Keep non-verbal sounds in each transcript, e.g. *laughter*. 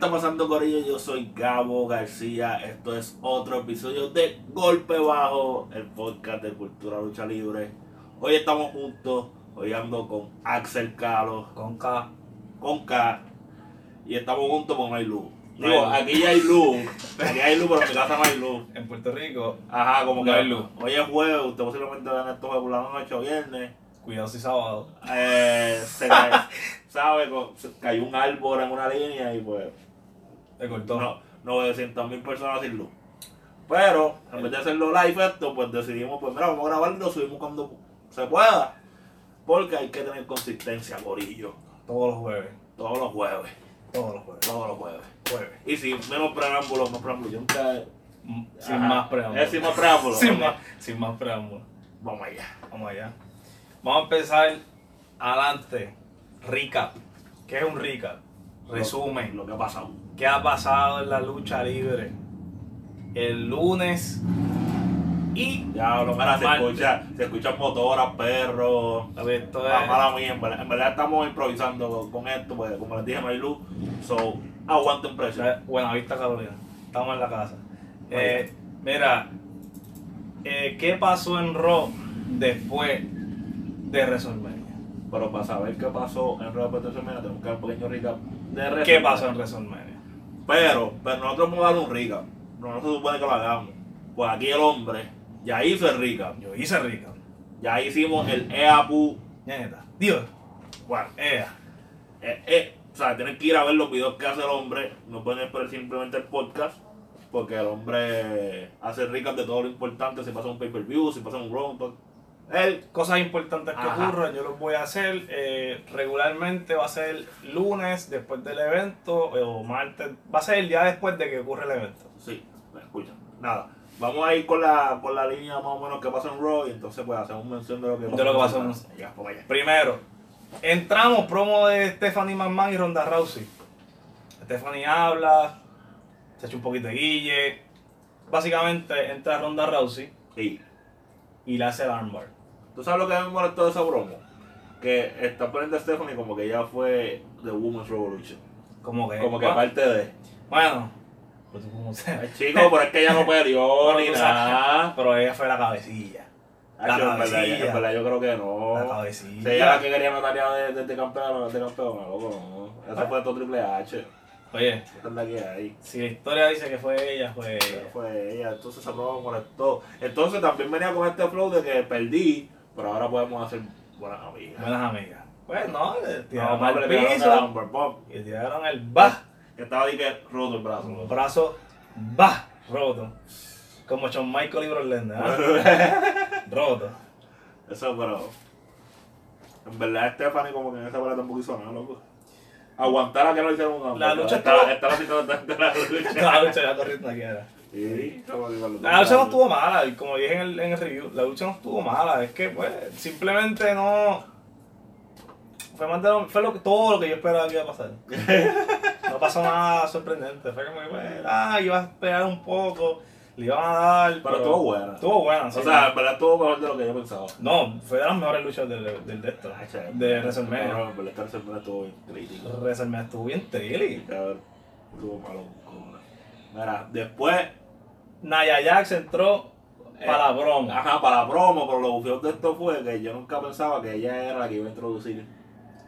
Corillo, yo soy Gabo García. Esto es otro episodio de Golpe Bajo, el podcast de Cultura Lucha Libre. Hoy estamos juntos, hoy ando con Axel Calo, Con K. con K, y estamos juntos porque no hay luz. No Digo, hay aquí ya hay luz, aquí hay luz, pero en mi casa no hay luz. En Puerto Rico, Ajá, como que No hay luz. Hoy es jueves, usted posiblemente vean esto jueves por la noche o viernes. cuidado si sábado. Eh, se *laughs* cae, ¿sabe? Con- se Cayó un árbol en una línea y pues. Te cortó. no, 900 mil personas sin luz. Pero, en vez de hacerlo live esto, pues decidimos, pues mira, vamos a grabarlo y lo subimos cuando se pueda. Porque hay que tener consistencia, gorillo. Todos los jueves. Todos los jueves, Todos los jueves. todos los jueves. Jueves. Y sin menos preámbulos, más preámbulos. Yo nunca- Mm, Sin Ajá. más preámbulos. Eh, sin más preámbulos. *laughs* sin, ok. más, sin más preámbulos. Vamos allá. Vamos allá. Vamos a empezar adelante. Recap. ¿Qué es un recap? Resumen. Lo que ha pasado. ¿Qué ha pasado en la lucha libre? El lunes y... Ya, no, mira, se Mal. escucha, se escuchan motoras, perros. A ver, esto Ah, es... mala mía, en verdad, en verdad estamos improvisando con esto, pues como les dije, no hay luz. So, aguanten presión. Buena vista, Carolina. Estamos en la casa. Buena Eh, mira, eh, ¿qué pasó en Raw después de WrestleMania? Pero para saber qué pasó en Real WrestleMania tenemos que dar un pequeño recap de WrestleMania. ¿Qué pasó en WrestleMania? Pero, pero nosotros vamos a dar un recap. No, no se supone que lo hagamos. Pues aquí el hombre ya hizo el recap. Yo hice rica. Ya hicimos el E EAPU. Neta. Dios. Bueno, Ea. eh, eh, o sea, tienen que ir a ver los videos que hace el hombre. No pueden esperar simplemente el podcast. Porque el hombre hace recap de todo lo importante. Si pasa un pay-per-view, si pasa un round. todo. Él, Cosas importantes que Ajá. ocurran, yo los voy a hacer. eh, regularmente va a ser lunes después del evento eh, o martes. Va a ser el día después de que ocurre el evento. sí, me escucha. Nada. Vamos a ir con la, con la línea más o menos que pasa en Raw y entonces pues hacemos mención de lo que De lo que pasó en- Ya, pues vaya. Primero, entramos, promo de Stephanie McMahon y Ronda Rousey. Stephanie habla, se echa un poquito de guille. Básicamente entra Ronda Rousey Sí. y le hace el armbar. ¿Tú sabes lo que a mí me molestó de esa promo? Que está poniendo a Stephanie como que ya fue The Women's Revolution. Como que. Como que bueno, aparte de. Bueno, pues, como *laughs* sea. Ay, Chico, pero es que ella no perdió ni *laughs* Tú sabes, nada. Pero ella fue la cabecilla. Ay, chico, en verdad, cabecilla. en verdad yo creo que La no. Si cabecilla. ella era Oh, la que quería matar ya de, de, de campeona, de campeona, loco, no. Eso fue todo Triple H. Oye, Esa es la que hay. si la historia dice que fue ella, fue Pero ella. fue ella, entonces esa promo me molestó. Entonces también venía con este flow de que perdí, pero ahora podemos hacer buenas amigas. Buenas amigas. Pues no, le No, tiraron no, pero al le quedaron a la piso. Humber Bump, Y le tiraron el bah. que estaba de que roto el brazo. Un loco. brazo va roto. Como Shawn Michael y Brock Lesnar, ¿ah? *laughs* roto. Eso, pero. En verdad, Stephanie, como que en esa pelea tampoco hizo nada, loco. Aguantar a que no le hicieron un La lucha está, estuvo- está la situación de la lucha. La lucha ya corriendo aquí era. Sí, como que cuando- La lucha no estuvo mala, y como dije en el, en el review, la lucha no estuvo mala, es que pues simplemente no fue más de lo- fue lo que- todo lo que yo esperaba que iba *laughs* a pasar. No pasó nada sorprendente, fue como que pues, ah, iba a esperar un poco, le iban a dar, Pero estuvo buena. Estuvo buena, sí. O sea, en verdad estuvo mejor de lo que yo pensaba. no, fue de las mejores luchas del, del de esto, de WrestleMania. No, en verdad, esta WrestleMania estuvo bien crítico. WrestleMania estuvo bien trilly. Cabrón, estuvo malo. cojones. Mira, después, Naya Jax entró Eh, para la broma. ajá, para la promo, pero lo bufeón de esto fue que yo nunca pensaba que ella era la que iba a introducir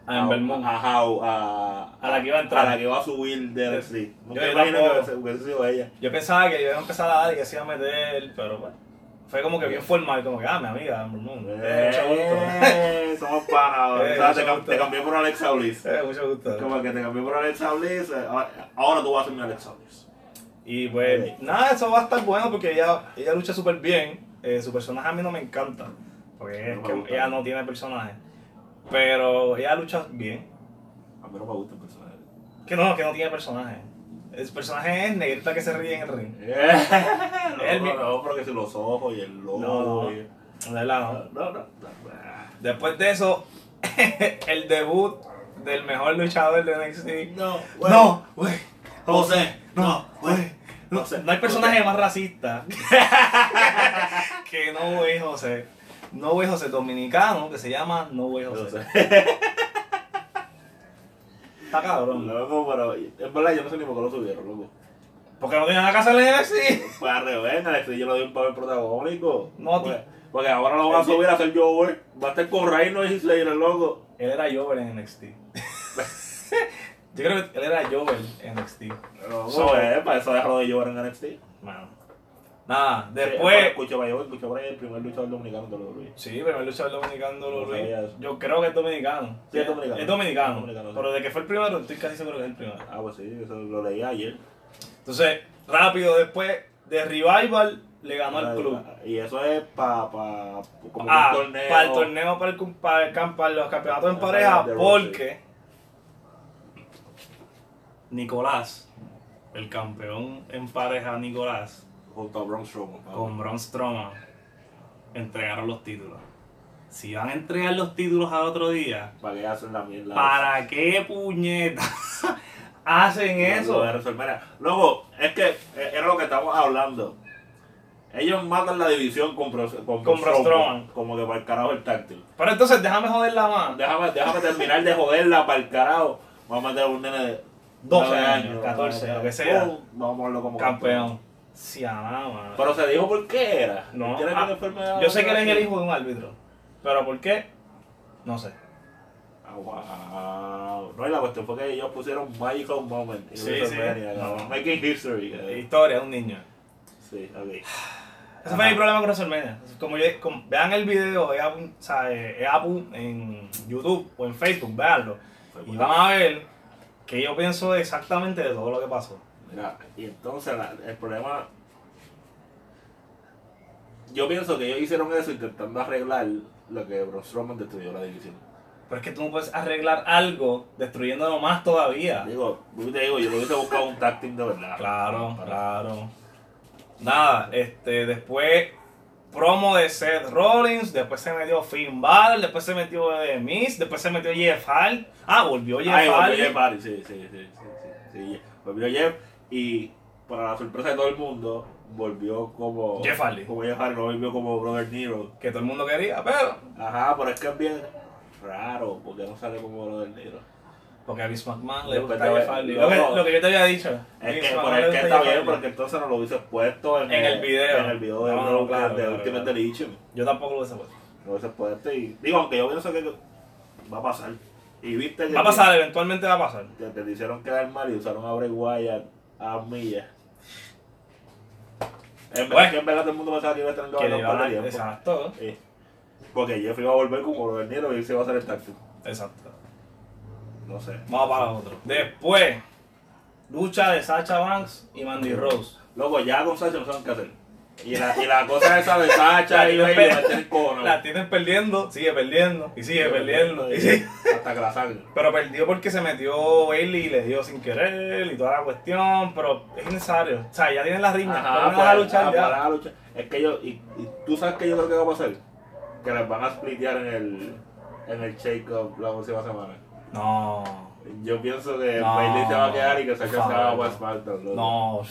A Ember Moon. Ajá, o a, A la que iba a entrar. ah, A la que iba a subir de NXT. No Yo te imaginas que tampoco. hubiese, hubiese sido ella. Yo pensaba que le iban a empezar a dar y que se iba a meter, pero bueno. Fue como que bien formal, como que, ah, mi amiga, Ember Moon. Eh, mucho gusto. *laughs* Eh, somos panas. ahora. Eh, O sea, mucho te, cam- gusto. te cambié por Alexa Bliss. Eh, mucho gusto. Como que te cambié por Alexa Bliss. eh, ahora- Ahora tú vas a ser mi Alexa Bliss. Y pues, Eh. nada, eso va a estar bueno porque ella, ella lucha súper bien. Eh, su personaje a mí no me encanta. Porque es No me que gusta. ella no tiene personaje. Pero ella lucha bien. A mí no me gusta el *laughs* personaje. *laughs* Que no, que no tiene personaje. El personaje es negrita que se ríe en el ring. Eh, no, El mi- no, no, pero que si los ojos y el lobo. No, no. y- De verdad, no. no, no, no, ah. Después de eso, *laughs* el debut del mejor luchador de NXT. No, güey. No, güey. José, no, güey. No, José, hay *laughs* personaje más racista que No Way José. No Way José dominicano que se llama No Way José. José. Está cabrón. Loco, pero es verdad, yo no sé ni por qué lo subieron, loco. Porque no tenía nada que hacer en NXT. Pues al revés, Alex, yo le doy un papel protagónico. No, Pues- tío. Porque ahora lo van a Oye. subir a hacer yo, güey. Va a estar con Reino y Slayer, loco. Él era Jover en NXT. *laughs* Yo creo que él era Jover en NXT. Loco, So- eh, para eso dejaron de llorar en NXT. Mano. Nada, Sí, después. escuché para yo, escuché para el primer luchador dominicano de los Luis. Sí, primer luchador dominicano, No Luis. sabía eso. Yo creo que es dominicano. Sí, es dominicano. Es dominicano. Es dominicano, sí. Pero de que fue el primero, estoy casi seguro que es el primero. Ah, pues sí, eso lo leí ayer. Entonces, rápido, después de Revival, le ganó al club. Ah, Y eso es para pa, como Ah, un torneo. Para el torneo, para, el, cum- para, el camp- para los campeonatos en Ah, pareja, de Raw, sí. porque Nicolás, el campeón en pareja Nicolás, Junto a Braun Strowman. pa. con Braun Strowman, entregaron los títulos. Si van a entregar los títulos al otro día, Para que hacen la mierda. ¿para qué puñetas *laughs* hacen No, eso? lo de resolver. Luego, es que eh, era lo que estábamos hablando. Ellos matan la división con, Bro- con, Con Braun Braun Strowman, Strowman. Como que para el carajo el táctil. Pero entonces déjame joder la mano. Déjame, déjame terminar de joderla para el carajo. Vamos a meter a un nene de 12 9 años, 14, lo que sea. Pum, Vamos a ponerlo como Campeón. Si a nada, mano. Pero se dijo por qué era. No, ¿Tiene ah, alguna enfermedad? Yo sé que él es el hijo de un árbitro. Pero ¿por qué? No sé. Ah, wow. No, y la cuestión fue que ellos pusieron Michael Moment. en Sí, WrestleMania, sí. cabrón. No. Making history. cabrón. Historia, un niño. Sí, ok. Ese fue mi Ajá. problema con WrestleMania. Como yo, como- vean el video, es Apu, o sea, es Apu en YouTube o en Facebook, veanlo. Y van a ver que yo pienso exactamente de todo lo que pasó. Mira, y entonces la- el problema. Yo pienso que ellos hicieron eso intentando arreglar lo que Braun Strowman destruyó la división. Pero es que tú no puedes arreglar algo destruyéndolo más todavía. Digo, yo te digo, yo lo hubiese buscado un tag team de verdad. Claro, Para- claro. Nada, este, después promo de Seth Rollins, después se metió Finn Balor, después se metió The Miz, después se metió Jeff Hardy. Ah, volvió Jeff Ay, volvió Hardy. Jeff Hardy, sí, sí, sí, sí, sí, sí, Volvió Jeff y para la sorpresa de todo el mundo, volvió como. Jeff Hardy. Como Jeff Hardy, no volvió como Brother Nero. Que todo el mundo quería, pero... Ajá, pero es que es bien raro, porque no sale como Brother Nero. Porque a Vince McMahon le Después gusta de- Jeff Hardy. no. Lo, que, lo que yo te había dicho. Es Vince que, McMahon pero es le que gusta está Jeff bien, Hardy. porque entonces no lo hubiese puesto en, En el video. En el video de, No, Broken, claro, de claro, Ultimate claro. Edition. Yo tampoco lo hubiese puesto. No hubiese puesto y. Digo, aunque yo pienso que va a pasar. Y viste que. Va a pasar, eventualmente va a pasar. Que te hicieron quedar mal y usaron a Bray Wyatt a millas. En Bueno. verdad, que en verdad todo el mundo pensaba que iba a estar en Que le un iban par a- de tiempo. Exacto, Sí. Porque Jeff iba a volver como lo del Nero y él se iba a hacer el táctil. exacto. No sé. Vamos para otro. Después, lucha de Sacha Banks y Mandy Rose. Loco, ya con Sacha no saben qué hacer. Y la, y la cosa esa de *laughs* Sacha y Bailey va a ser cono. La tienen perdiendo, sigue perdiendo, y sigue perdiendo. y sigue- *laughs* Hasta que la sangre. Pero perdió porque se metió Bailey y le dio sin querer y toda la cuestión, pero es necesario. O sea, ya tienen las riñas, Ajá, vamos pues, a luchar ah, ya. para luchar. Es que yo, y, y tú sabes que yo creo que va a pasar. Que las van a splitear en el, en el shake-up la próxima semana. No, Yo pienso que No. Bailey se va a quedar y que Sacha se va Favor. a SmackDown. loco. no,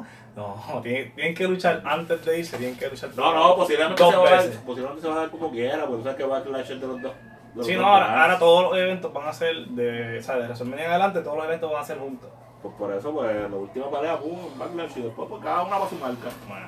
*laughs* no, tienen, tienen que luchar antes de irse, tienen que luchar. No, no, posiblemente Dos se, va a veces. dar, posiblemente se va a dar como quiera, porque tú sabes que va a clash entre los dos. de los Sí, dos no, ahora, grandes. ahora todos los eventos van a ser de, o sea, de WrestleMania en adelante, todos los eventos van a ser juntos. Pues por eso, pues la última pareja, pum, backlash y después pues cada una va a su marca. Bueno,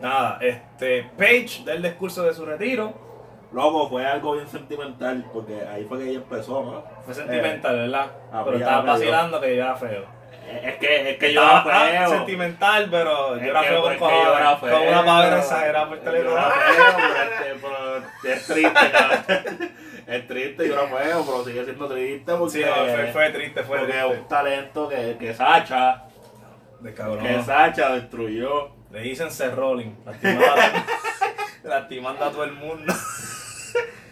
nada, este, Paige da el discurso de su retiro. Loco, fue algo bien sentimental, porque ahí fue que ella empezó, ¿no? Fue sentimental, ¿verdad? ah, pero pues ya estaba me dio. vacilando que yo era feo. Eh, es que, es que yo Estaba- era ah, feo. sentimental, pero Es yo era que feo por con el que yo era cojones. feo. Con una pavera exagerada por este Yo teléfono. era feo, pero este, pero es triste, cabrón. Es triste, yo era feo, pero sigue siendo triste porque... Sí, no, fue, fue triste, fue porque es un triste. talento que, que Sacha, De cabrón. que Sacha destruyó. Le dicen ser rolling. Lastimando a, *laughs* lastimando a todo el mundo. *laughs*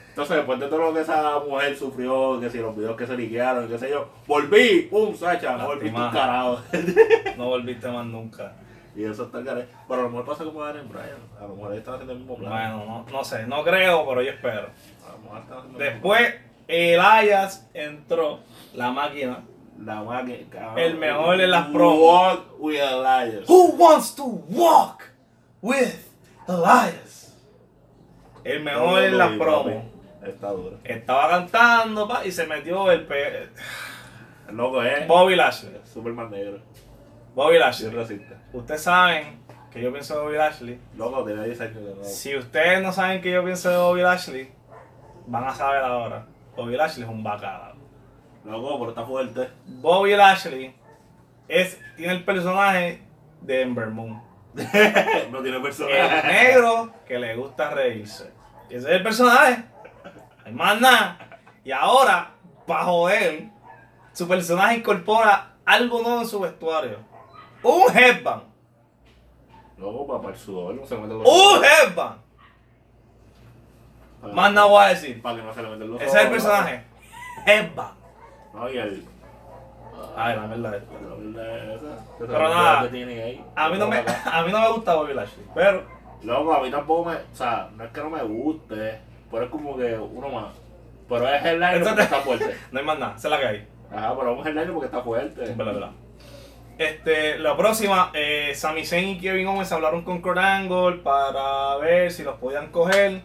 Entonces, después de todo lo que esa mujer sufrió, que si los videos que se liquearon, qué sé yo, volví, pum, Sacha, volví tu Lastimada. carajo. *laughs* No volviste más nunca. Y eso está el care- Pero a lo mejor pasa como Daniel Bryan. A lo mejor están haciendo el mismo plan. Bueno, no, no sé, no creo, pero yo espero. A lo mejor están haciendo el mismo Después, Elias entró, la máquina. plan. La máquina, cabrón. El mejor en las promos. Walk with Elias. Who wants to walk with Elias? El mejor en las Papi, promos. Está duro. Estaba cantando pa, y se metió el pe... El loco eh. es Bobby Lashley. Superman negro. Bobby Sí, es Lashley. racista. Ustedes saben que yo pienso de Bobby Lashley. Loco, tiene 10 años de nuevo. Si ustedes no saben que yo pienso de Bobby Lashley, van a saber ahora. Bobby Lashley es un bacalao. Loco, pero está *laughs* fuerte. Bobby Lashley es, tiene el personaje de Ember Moon. no tiene El personaje. negro que le gusta reírse. Ese es el personaje. No hay más nada. Y ahora, para joder, su personaje incorpora algo nuevo en su vestuario. Un headband. eh. Loco, papá, el sudor no se mete en los Un headband. Para- Uh, eh. Más nada voy a decir. Para que no se le meten los Ese es el ojos. personaje. Headband. No, y el. Ay, la mierda esta. La verdad esa. Esa Pero verdad nada, que tiene ahí. A mí no me, a mí no me gusta Bobby Lashley. Pero, Loco, a mí tampoco me. O sea, no es que no me guste, pero es como que uno más. Pero es el Entonces- porque está fuerte. no hay más nada. Se la que hay. Ajá, pero vamos el porque está fuerte. Verdad, verdad. Este, la próxima, eh, Sami Zayn y Kevin Owens hablaron con Kurt Angle para ver si los podían coger.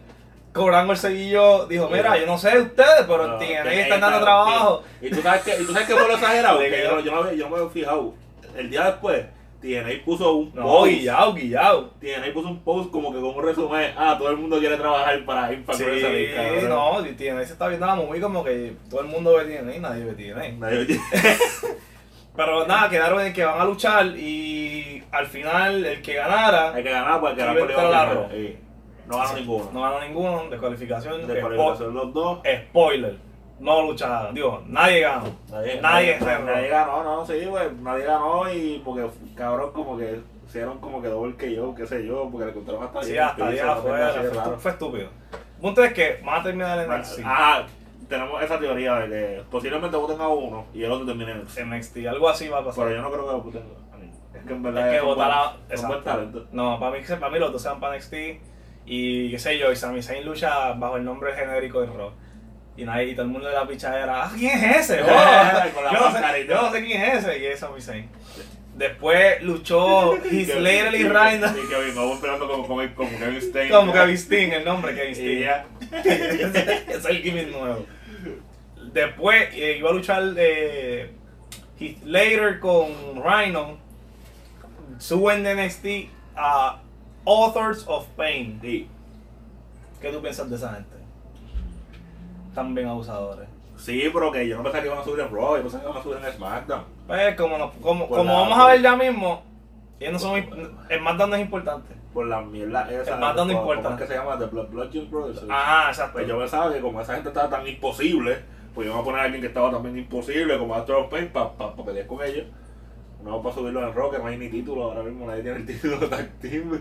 Kurt Angle seguió, dijo, mira, yo no sé de ustedes, pero No, tienen que ahí que están dando está, trabajo. sí. Y tú sabes que, y tú sabes que fue lo exagerado. Le que yo, quedó. no- yo, no, había- yo no me había fijado. El día después, TNA puso un No, post. guillao, guillao. TNA puso un post como que con un resumen. Ah, todo el mundo quiere trabajar para Impact Sí, Wrestling, cabrón. no, y TNA se está viendo la movida como que todo el mundo ve TNA y nadie ve TNA. *laughs* Nadie- Pero nada, quedaron en que van a luchar y al final el que ganara Hay que ganar porque ganar Sí, por pero largo. León. Sí. No ganó ninguno. no ganó ninguno, eh, descualificación, De descualificación. cualificación los dos. spoiler, no lucharon. Digo, nadie ganó. Nadie, ganó. nadie ganó, no, sí, pues nadie ganó y porque cabrón como que hicieron como que doble que yo, qué sé yo, porque le contaron hasta Sí, diez, hasta quince, allá no tenía afuera. así, Fue, claro. fue estúpido. El punto es que van a terminar en Bueno, NXT. Ah, tenemos esa teoría de que posiblemente voten a uno y el otro termine en el C. NXT, algo así va a pasar. Pero yo no creo que voten a mí. Es que en verdad es que es un votar a. buen, es un buen talento. No, para mí, para mí los dos sean para NXT. Y qué sé yo, y Sami Zayn lucha bajo el nombre genérico de Rock. Y, nadie, y todo el mundo de la pichadera, ah, ¿quién es ese? Oh, *laughs* Con la *laughs* yo, no sé, mascarita. yo no sé quién es ese. Y es Sami Zayn. *laughs* Después luchó Heath Kevin- Slater y Kevin- Ryan. Y Kevin Owens peleando como, como, como Kevin Steen. Como Kevin Steen, el nombre Kevin Steen. Y ya. *laughs* es el gimmick nuevo. Después eh, iba a luchar eh, Heath Slater con Rhino. Suben de NXT a Authors of Pain. Y- ¿Qué tú piensas de esa gente? También abusadores. Sí, pero que yo no pensaba que iban a subir en Raw, yo pensaba que iban a subir en SmackDown. Pues como, nos- como, Por como la- vamos a ver ya mismo, ellos no son, por- imp- el SmackDown no es importante. Por la mierda esa. El Smackdown no ¿cómo- importa. Ah, ¿Cómo es que se llama? The Blood, Bloodline Brothers. Ajá, exacto. Pues yo pensaba que como esa gente estaba tan imposible, pues iban a poner a alguien que estaba también imposible, como Astro Pain, para pa, pa pelear con ellos. No para subirlo en Raw, que no hay ni título, ahora mismo nadie tiene el título de tag *laughs* team.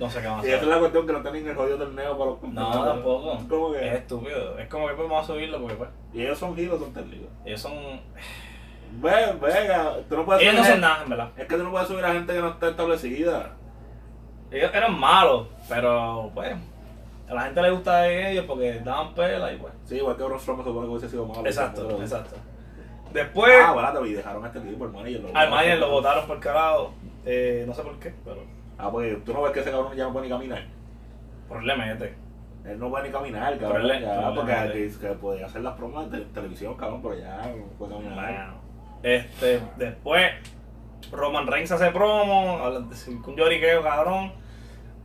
No sé qué van a y esa es hacer. la cuestión que no tienen el jodido torneo para los No, tampoco. ¿Cómo que? Es estúpido. Es como que pues, vamos a subirlo porque pues, Y ellos son giros, son técnicos. ellos son... Ve, venga, tú no puedes Ellos no subir son a- nada, en verdad. Es que tú no puedes subir a gente que no está establecida. Ellos eran malos, pero pues a la gente le gusta de ellos porque daban pela y pues. Sí, igual que Braun Strowman se supone que hubiese sido malo. Exacto, Pero- exacto. Después, Ah, bueno, y dejaron a este tipo, el manager. Lo Pues, al Mayer lo votaron por carajo, eh, no sé por qué, pero Ah, porque tú no ves que ese cabrón ya no puede ni caminar. por él le mete. Él no puede ni caminar, cabrón. Pero él- ya, pero él- porque que, que podía hacer las bromas de televisión, cabrón, pero ya no puede caminar. Bueno, Este, después, Roman Reigns hace promo, hablan de- un lloriqueo cabrón.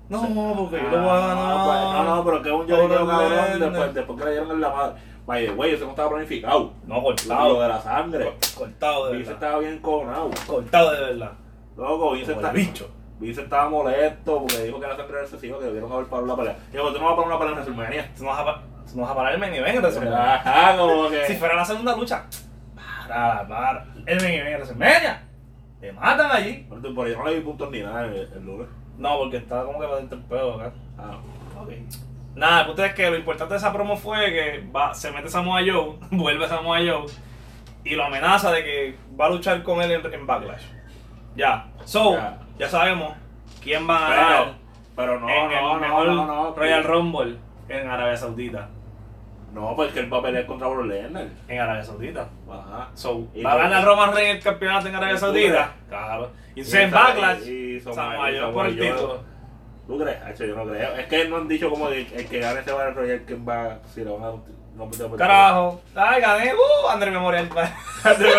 No, porque yo lo voy a Ah, pues, ganar. no, no, pero que un lloriqueo, Por el cabrón, nene. después, después que le dieron en la madre. Vaya, güey, eso no estaba planificado. No, pues. Lo cortado. de la sangre. Cortado de Vince verdad. estaba bien conado. Cortado de verdad. Loco, Vince Como el está... bicho. Vince estaba molesto porque dijo que la sangre era excesiva, que debieron haber parado la pelea. Digo, tú no vas a parar una pelea en WrestleMania. Tú no vas a, pa- tú no vas a parar el main event, entonces. ah, Ajá, como Si que. fuera la segunda lucha, para, para. El main event de WrestleMania. Te matan allí. Por por ahí no le vi puntos ni nada el, el lunes. No, porque estaba como que para dentro el pedo acá. Ah, ok. Nada, el punto es que lo importante de esa promo fue que va, se mete Samoa Joe, *laughs* vuelve Samoa Joe y lo amenaza de que va a luchar con él en, en Backlash. Ya. So, Ya. ya sabemos quién va a ganar Pero, pero Ah, no, en no, el no, mejor no, no. Royal Rumble en Arabia Saudita. No, porque él va a pelear contra Bro Lesnar. En Arabia Saudita. Ajá. So, Y va a no- ganar Roman Reigns el campeonato en Arabia Locura. Saudita. Claro. Y, Y se en esa- Backlash, y- y Samoa- Samoa y Joe por el Samoa Joe. título. ¿Tú crees? Hacho, yo no creo. Es que no han dicho como que el que gane se va a desarrollar quién va. Si lo van a. No, pues, no, Carajo. Ay, gané. Uh, André Memorial. *laughs* *laughs* André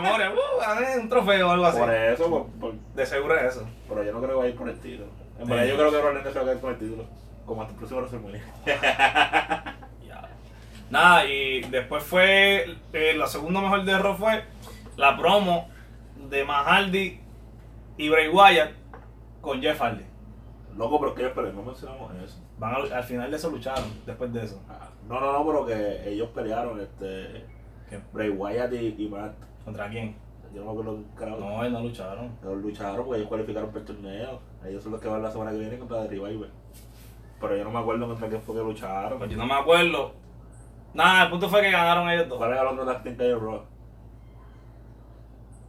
Memorial. Uh, gané un trofeo o algo así. pues, Por eso, por- por- De seguro es eso. pero yo no creo que va a ir por el título. En verdad, Sí. yo creo que Roland se va a quedar con el título. Como hasta el próximo WrestleMania. *laughs* Ya. Nada, y después fue. eh, la segunda mejor de Raw fue la promo de Mahaldi y Bray Wyatt con Jeff Hardy. Loco, pero que yo esperé, no mencionamos eso. Van a- al final de eso lucharon, después de eso. Ah, No, no, no, pero que ellos pelearon, este. ¿Qué? Bray Wyatt y, y Matt. ¿Contra quién? Yo no me acuerdo un carajo. No, ellos no lucharon. Ellos lucharon porque ellos cualificaron para el torneo. Ellos son los que van la semana que viene contra The Revival. Pero yo no me acuerdo contra quién fue que lucharon. Pues yo no me acuerdo. Nada, el punto fue que ganaron ellos dos. ¿Cuál era el otro tag team que hay en Raw?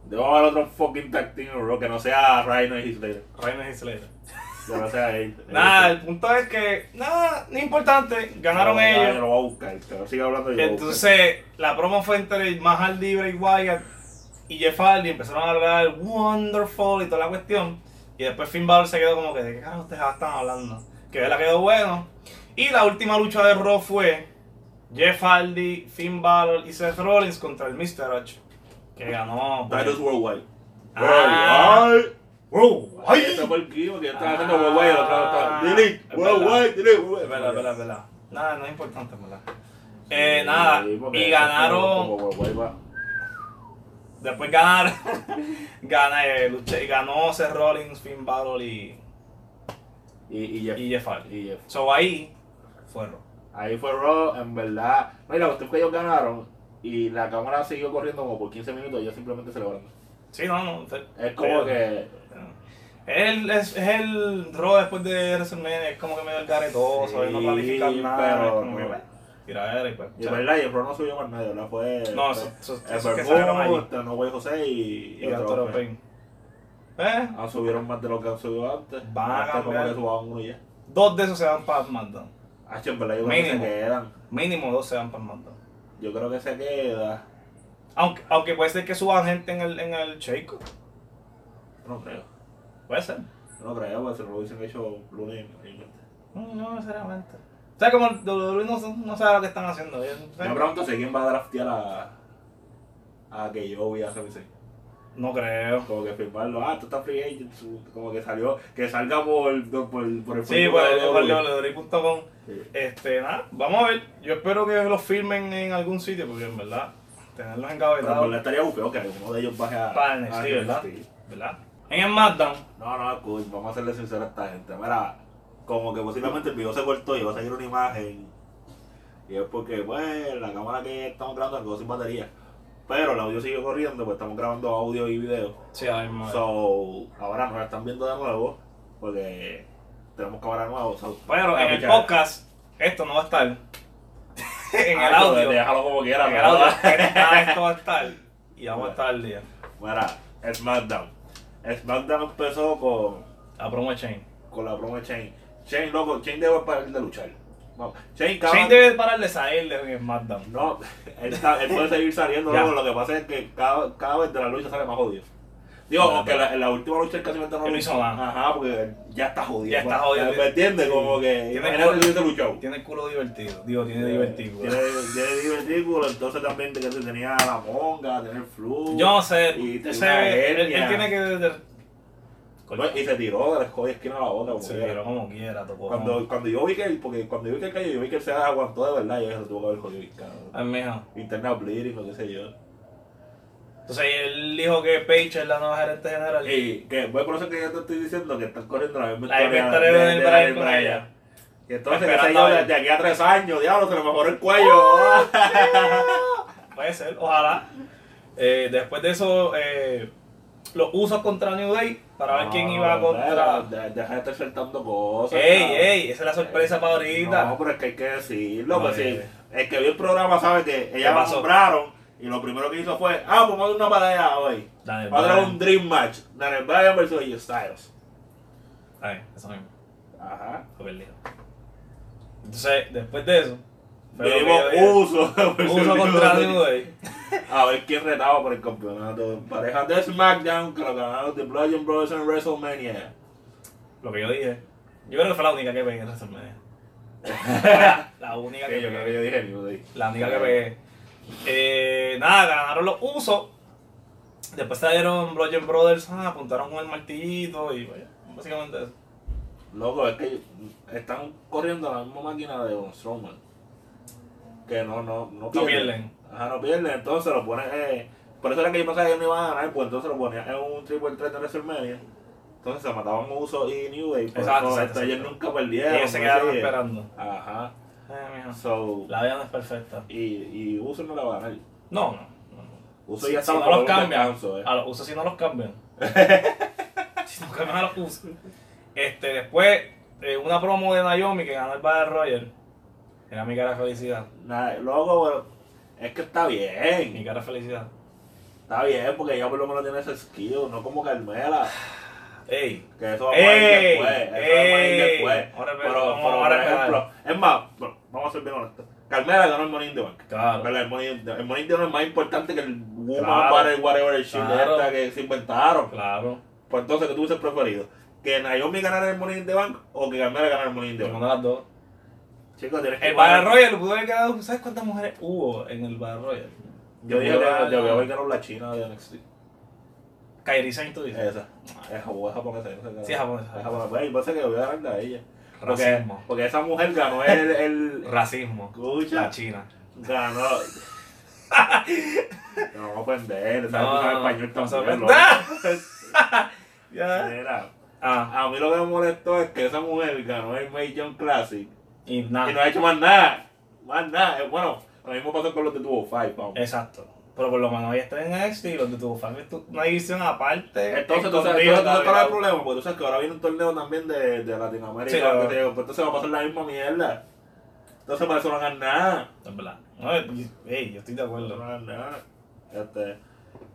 Debo haber otro fucking tag team en Raw que no sea Rhino y Hitler. Reigns y Slater. Que no sea *laughs* él. Nada, el punto es que, nada, no importante, ganaron No, ya, Yo ellos. lo voy a buscar. Te lo sigo hablando yo. lo voy a buscar. Entonces, la promo fue entre Mahaldi, Bray Wyatt y Jeff Hardy. Empezaron a hablar wonderful y toda la cuestión. Y después Finn Balor se quedó como que, ¿de qué carajo ustedes están hablando? Que la quedó bueno. Y la última lucha de Raw fue Jeff Hardy, Finn Balor y Seth Rollins contra el Mr. 8. Que ganó. pues, Titus Worldwide. Ah. Worldwide. Worldwide. Ese fue el kibo que yo estaba haciendo Ah. Worldwide y el otro lado estaba. Delete. Es Worldwide. Delete. Es Worldwide. verdad, es verdad, es verdad. Nada, no es importante, es verdad. Eh, nada, Sí, porque y eso es como- ganaron, como Worldwide va. después ganaron, *laughs* gana, eh, luché- ganó Seth Rollins, Finn Balor y, Y, y Jeff. y Jeff Hardy. Y Jeff. So ahí fue Raw. Ahí fue Raw, en verdad. No, y la cuestión fue que ellos ganaron y la cámara siguió corriendo como por 15 minutos y ellos simplemente celebrando. Sí, no, no. fue- Es como que. El, es, es el Raw después de WrestleMania, es como que medio el garetoso, Sí, no planifican nada. pero es como que, no. bueno, tiradera y pues. Y en verdad, y el Raw no subió más nadie, ¿verdad? Fue. No, fue- eso- eso- el esos que salieron allí. Bermúdez, este, No Way José y. Y el Arturo otro fue. Payne. ¿Eh? Ah, subieron más de lo que han subido antes. Van a Antes como cambiar. que subaban uno y ya. Dos de esos se van para SmackDown. Ah, en verdad, yo creo que se Mínimo. quedan. Mínimo dos se van para SmackDown. Yo creo que se queda. Aunque, aunque puede ser que suban gente en el, en el Shake. No creo. Puede ser. No creo, porque se lo hubiesen hecho lunes y miércoles. Mm, No necesariamente. O sea, como el WWE no, no sabe lo que están haciendo. ellos- Yo me pregunto si quién va a draftear a. a que yo voy a hacer No creo. como que firmarlo, ah, tú estás free agent, su- como que salió, que salga por, por, por, por el Sí, Facebook por de E. el- por WWE. WWE.com. Sí. Este, nada, vamos a ver. Yo espero que los firmen en algún sitio, porque en verdad, tenerlos Pero por engavetados la estaría bufeo que alguno de ellos baje a. para el a NXT, ¿verdad? NXT. ¿Verdad? En el SmackDown, No, no, cool, vamos a serle sinceros a esta gente. Mira, como que posiblemente el video se cortó y va a salir una imagen. Y es porque, pues, la cámara que estamos grabando quedó sin batería. Pero el audio sigue corriendo, pues estamos grabando audio y video. sí, a la misma vez. So, ahora nos la están viendo de nuevo, porque tenemos cámara nueva. so- Pero en el Escucha. podcast, esto no va a *laughs* estar. en Ah, el pues, audio. Déjalo como quieras, En el ¿no? audio, está, esto va a estar. Y vamos a estar al día. *laughs* *laughs* Mira, SmackDown. SmackDown empezó con, La promo de Chain. con la promo de Shane. Shane, loco, Shane debe parar de luchar. No, Shane, cada- Shane debe parar de salir en SmackDown. No, *laughs* él, está- él puede seguir saliendo, *laughs* Ya. loco. Lo que pasa es que cada, cada vez de la lucha sale más jodido. Digo, Ya, aunque ya. la, en la última lucha él casi no Él no hizo nada. Ajá, porque él ya está jodido. Ya está jodido. ¿Me entiendes? Como que. Tiene Imagínate culo. que hubiese luchado. Tiene el culo divertido. Digo, tiene Tiene, divertido. tiene divertículo, entonces también de que se tenía la monga, tenía el flu. Yo no sé. Y tiene ese- una él, hernia. él tiene que. de- de- Bueno, y se tiró de la escoba de esquina a la otra. como Se quiera. tiró como quiera, tocó. Cuando, cuando yo vi que él, porque cuando yo vi que él cayó, yo vi que él se aguantó de verdad y eso tuvo que haber jodido bien, cabrón. Ay, mijo. Interna bleeding o qué sé yo. Entonces él dijo que Paige es la nueva gerente general. Y que voy por eso que yo te estoy diciendo que están corriendo la misma La misma historia de Daniel Bryan con ella. Y entonces, qué Esperando sé yo, a de, él. de aquí a tres años, diablo, se le mejoró el cuello. ¡Uh! *laughs* Puede ser, ojalá. Eh, después de eso, eh, los usos contra New Day para ver quién iba No, contra. de- de- Deja de estar soltando cosas. ¡Ey, cabrón. ey! Esa es la sorpresa para ahorita. No, pero es que hay que decirlo. pues, Ay. sí. el que vio el programa sabe que ella la pasó? nombraron y lo primero que hizo fue, ah, pues vamos a hacer una batalla hoy. Daniel Vamos a hacer Bryan. un Dream Match. Daniel Bryan versus AJ Styles. Ay, eso mismo, Ajá. lo que él dijo. Entonces, después de eso, fue lo que Vimos yo dije. Uso. *laughs* versus uso contra New New Day. Day. A ver quién retaba por el campeonato. Pareja de SmackDown que lo ganaron The Bludgeon Brothers en WrestleMania. Lo que yo dije. Yo creo que fue la única que pegué en *laughs* WrestleMania. la única que Sí, yo creo que pegué. yo dije el mismo de ahí. La única que pegué. Eh, nada, ganaron los usos. Después salieron Bludgeon Brothers, ah, apuntaron con el martillito y vaya, básicamente eso. Loco, es que están corriendo la misma máquina de Von Strowman. Que no, no, no No pierden. pierden. Ajá, no pierden. Entonces lo ponen. Eh, por eso era que yo pensaba que ellos no iban a ganar, pues entonces lo ponían en un triple threat de WrestleMania. Entonces se mataban Uso y New Day. Por Exacto, eso, exacto, hasta ellos exacto. nunca Y perdieron. ellos se no quedaron sé. esperando. Ajá. Eh, mijo, So, La vida no es perfecta. y, y Uso no la va a ganar. No, no. no, no. Uso Si- ya si estaba no para los un cambian, descanso, eh. A los usos si no los *laughs* cambian. si no cambian a los usos. Este, después, eh, una promo de Naomi que ganó el Battle Royal. Era mi cara de felicidad. Nada, loco, pero es que está Mi bien. cara de felicidad. Está bien, porque ella por lo menos tiene ese skill, no como Carmela. Ey, Que eso va a ir ¡Ey! después. Eso va a ir ¡Ey! después. Ahora, Pero, pero, pero, ahora, por ejemplo, es más, bro, vamos a ser bien honestos. Carmela ganó el Money in the Bank. claro. Pero el Money in the, el Money in the Bank es más importante que el Woman Claro. Battle, whatever el shit Claro. esta que se inventaron. Claro. Pues entonces, ¿qué tú hubieses preferido? ¿Que Naomi ganara el Money in the Bank o que Carmela ganara el Money in the Bank? Ninguna de las dos. Chicos, tienes que El parar. Battle Royal pudo haber quedado. ¿Sabes cuántas mujeres hubo en el Battle Royal? Yo dije que yo voy a ganar la China de NXT. Kairi Saint, tú dices. Esa. Es jabo- es japonesa. yo no sé qué Sí, es japonesa. Es japonesa. Pues, y pasa que yo voy a ganar a ella. Porque, Racismo. porque esa mujer ganó el. el Racismo. escucha. La China. Ganó. *laughs* No pues, vamos a aprender, ¿sabes? No, Tú sabes no, español no, no, también. no. loco. *laughs* Ya. Mira, Ah, a mí lo que me molestó es que esa mujer ganó el May John Classic y y nada. no ha hecho más nada. Más nada. Eh, Bueno, lo mismo pasó con los de Tubo Five, vamos. Exacto. Pero por lo menos ahí está en NXT y los de tu fan es tu- una división aparte. Entonces, tú sabes, tú escondida, sabes cuál es el cabrón. problema, porque tú sabes que ahora viene un torneo también de, de Latinoamérica, Sí, claro. que te- pues entonces va a pasar la misma mierda. Entonces, para eso no ganan nada. Es verdad. No, eh, ey, yo estoy de No acuerdo. ganan nada. Ah, Este,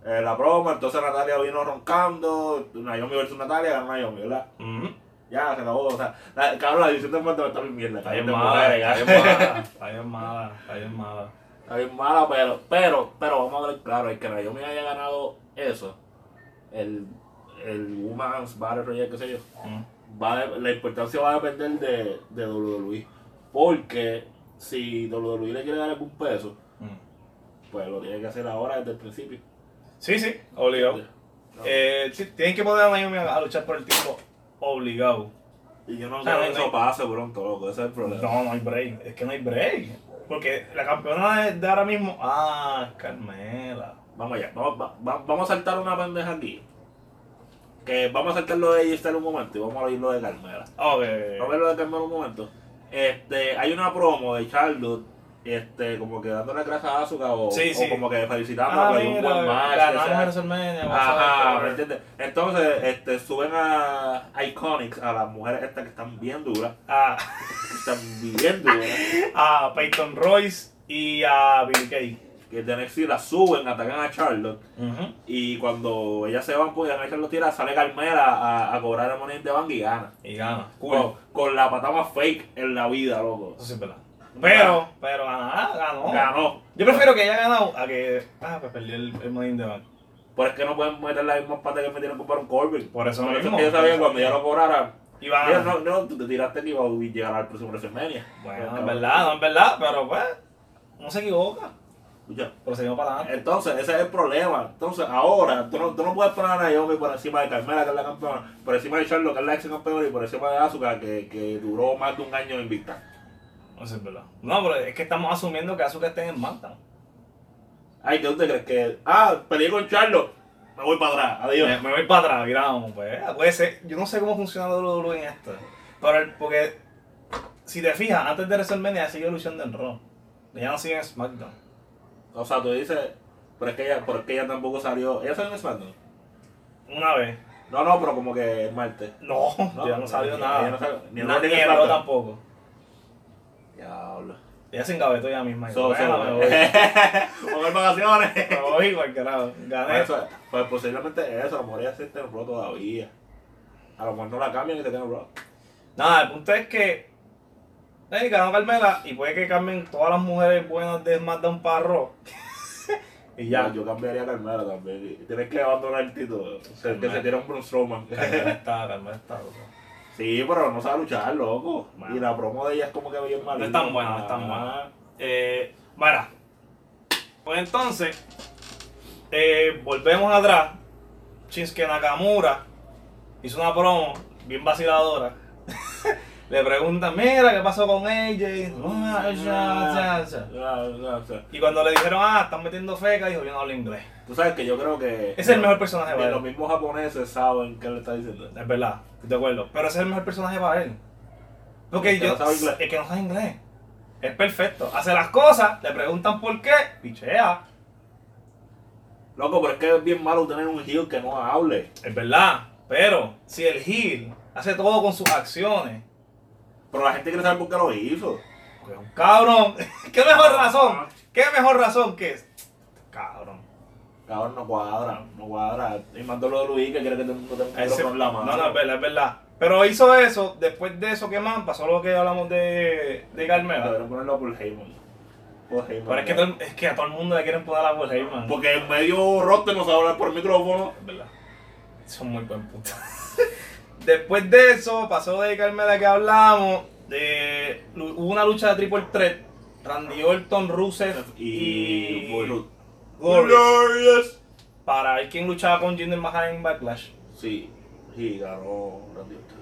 eh, la broma, entonces Natalia vino roncando, Naomi versus Natalia, ganó Naomi, ¿verdad? Ujú. Ya, se acabó, o sea, la, cabrón, la división de muertos está bien mierda. Está bien de mala, mujeres, está bien cabrón. mala, está bien mala, está bien mala. Está bien mala, pero, pero, pero vamos a ver, claro, el que Naomi haya ganado eso, el, el Woman's Battle Royale, qué sé yo. Ujú. va a- la importancia va a depender de, de WWE. Porque si WWE le quiere dar algún peso, Ujú. pues lo tiene que hacer ahora desde el principio. Sí, sí, obligado. No. Eh, sí, tienen que poner a Naomi a a luchar por el título obligado. Y yo no Ah, creo que no, eso no. pase pronto, loco. Ese es el problema. No, no hay break. Es que no hay break. Porque la campeona de, de ahora mismo. Ah, es Carmela. Vamos allá. Vamos, va- va- vamos a saltar una pendeja aquí. Que vamos a saltar lo de estar un momento y vamos a oír lo de Carmela. Vamos a Ok. ver lo de Carmela un momento. Este, hay una promo de Charlotte. Este, como que dándole gracias a Azuka o, Sí, o sí. como que felicitando Ah, por un mira, buen match. que ganamos sea- en WrestleMania. vamos a Ajá, ver. ¿me entiendes? Entonces, este, suben a Iconics, a las mujeres estas que están bien duras, Ah. que están bien duras, a Peyton Royce y a Bill Kay. que de NXT las suben, atacan a Charlotte, y cuando ellas se van, pues a Charlotte tira, sale Carmela a, a cobrar el money de Bank y gana. Y gana. Con, con la patada más fake en la vida, loco. Eso sí es verdad. Pero, pero ganó, ganó. Ganó. Yo prefiero que haya ganado a que. Ah, pues perdí el, el Money in the Bank. Pero es que no pueden meter las mismas patas que metieron con Baron Corbin. Por eso Por eso mismo. que yo sabía que cuando ya lo cobrara, Y va a mira, ganar. no, no, tú te tiraste que iba a llegar al próximo WrestleMania. Bueno, es verdad, no es verdad, pero pues. No se equivoca. Escucha. Pero seguimos para adelante. Entonces, ese es el problema. Entonces, ahora, tú no, tú no puedes poner a Naomi por encima de Carmela, que es la campeona, por encima de Charlotte, que es la ex campeona, y por encima de Asuka, que, que duró más de un año invicta. Eso es verdad. No, pero es que estamos asumiendo que Azúcar esté en el Mantan. Ay, ¿qué tú te crees? Que, ah, peleé con Charlotte, me voy para atrás, Me, adiós. me voy para atrás, miramos, pues. Puede ser. Yo no sé cómo funciona la WWE en esto. Pero el- porque. Si te fijas, antes de WrestleMania siguió luchando en Raw. Ya no sigue en SmackDown. O sea, tú dices, pero es que ella, pero es que ella tampoco salió. ¿Ella salió en SmackDown? Una vez. No, no, pero como que el martes. No, No, *laughs* ya no salió ni- nada. ella no salió- ni ni el Na- Monday ni Night el Raw Smackdown. tampoco. Diablo. Ella se encabezó ella misma. So, eh". Bueno, so, me voy. *laughs* Vamos a vacaciones. Me voy *laughs* cualquier lado. Pues, Gané. eso, pues posiblemente eso, a lo mejor ya existe en Raw todavía. A lo mejor no la cambian y te quedan en Raw. Nada, el punto es que. eh, ganó Carmela y puede que cambien todas las mujeres buenas de SmackDown *laughs* para Raw. y ya. Yo, yo cambiaría a Carmela también. Tienes que abandonar el título. O sea, que se tira un Braun Strowman. Carmela está, Carmela está. loco. *laughs* Sí, pero no sabe luchar, loco. Y la promo de ella es como que bien Ah. mal. No es tan buena, no es tan buena. Eh, mira, pues entonces, eh, volvemos atrás. Shinsuke Nakamura hizo una promo bien vaciladora. *laughs* Le preguntan, mira, ¿qué pasó con AJ? No, Ah, ya, ya, ya. Y cuando le dijeron, ah, están metiendo feca, dijo, yo no hablo inglés. Tú sabes que yo creo que. Ese es el mejor personaje Ni para los él. mismos japoneses saben qué le está diciendo. Es verdad, estoy de acuerdo. Pero ese es el mejor personaje para él. Porque El que yo. no sabe inglés. El que no sabe inglés. Es perfecto. Hace las cosas, le preguntan por qué, pichea. Loco, pero es que es bien malo tener un heel que no hable. Es verdad. Pero si el heel hace todo con sus acciones, Pero la gente quiere saber por qué lo hizo. porque es un cabrón. *laughs* ¿Qué mejor razón? ¿Qué mejor razón que es? Cabrón. Cabrón, no cuadra, no cuadra. Y mandó lo de Luis que quiere que todo el mundo tenga un Ese- micrófono en la mano. No, no, es verdad, es verdad. Pero hizo eso, después de eso, ¿qué más? Pasó lo que hablamos de, de Carmela. Deberían ponerlo por Heyman. Por Heyman. Pero es que, todo el- es que a todo el mundo le quieren poner a Paul Heyman. Porque en medio roster no sabe hablar por micrófono. Es verdad. Son muy buen puto. *laughs* Después de eso, pasó de Carmela que hablamos. De, lu- hubo una lucha de triple threat. Randy Orton, Rusev Y. y. Bueno. Goldberg, Glorious. Para ver quién luchaba con Jinder Mahal en Backlash. Sí, sí, ganó Randy Orton.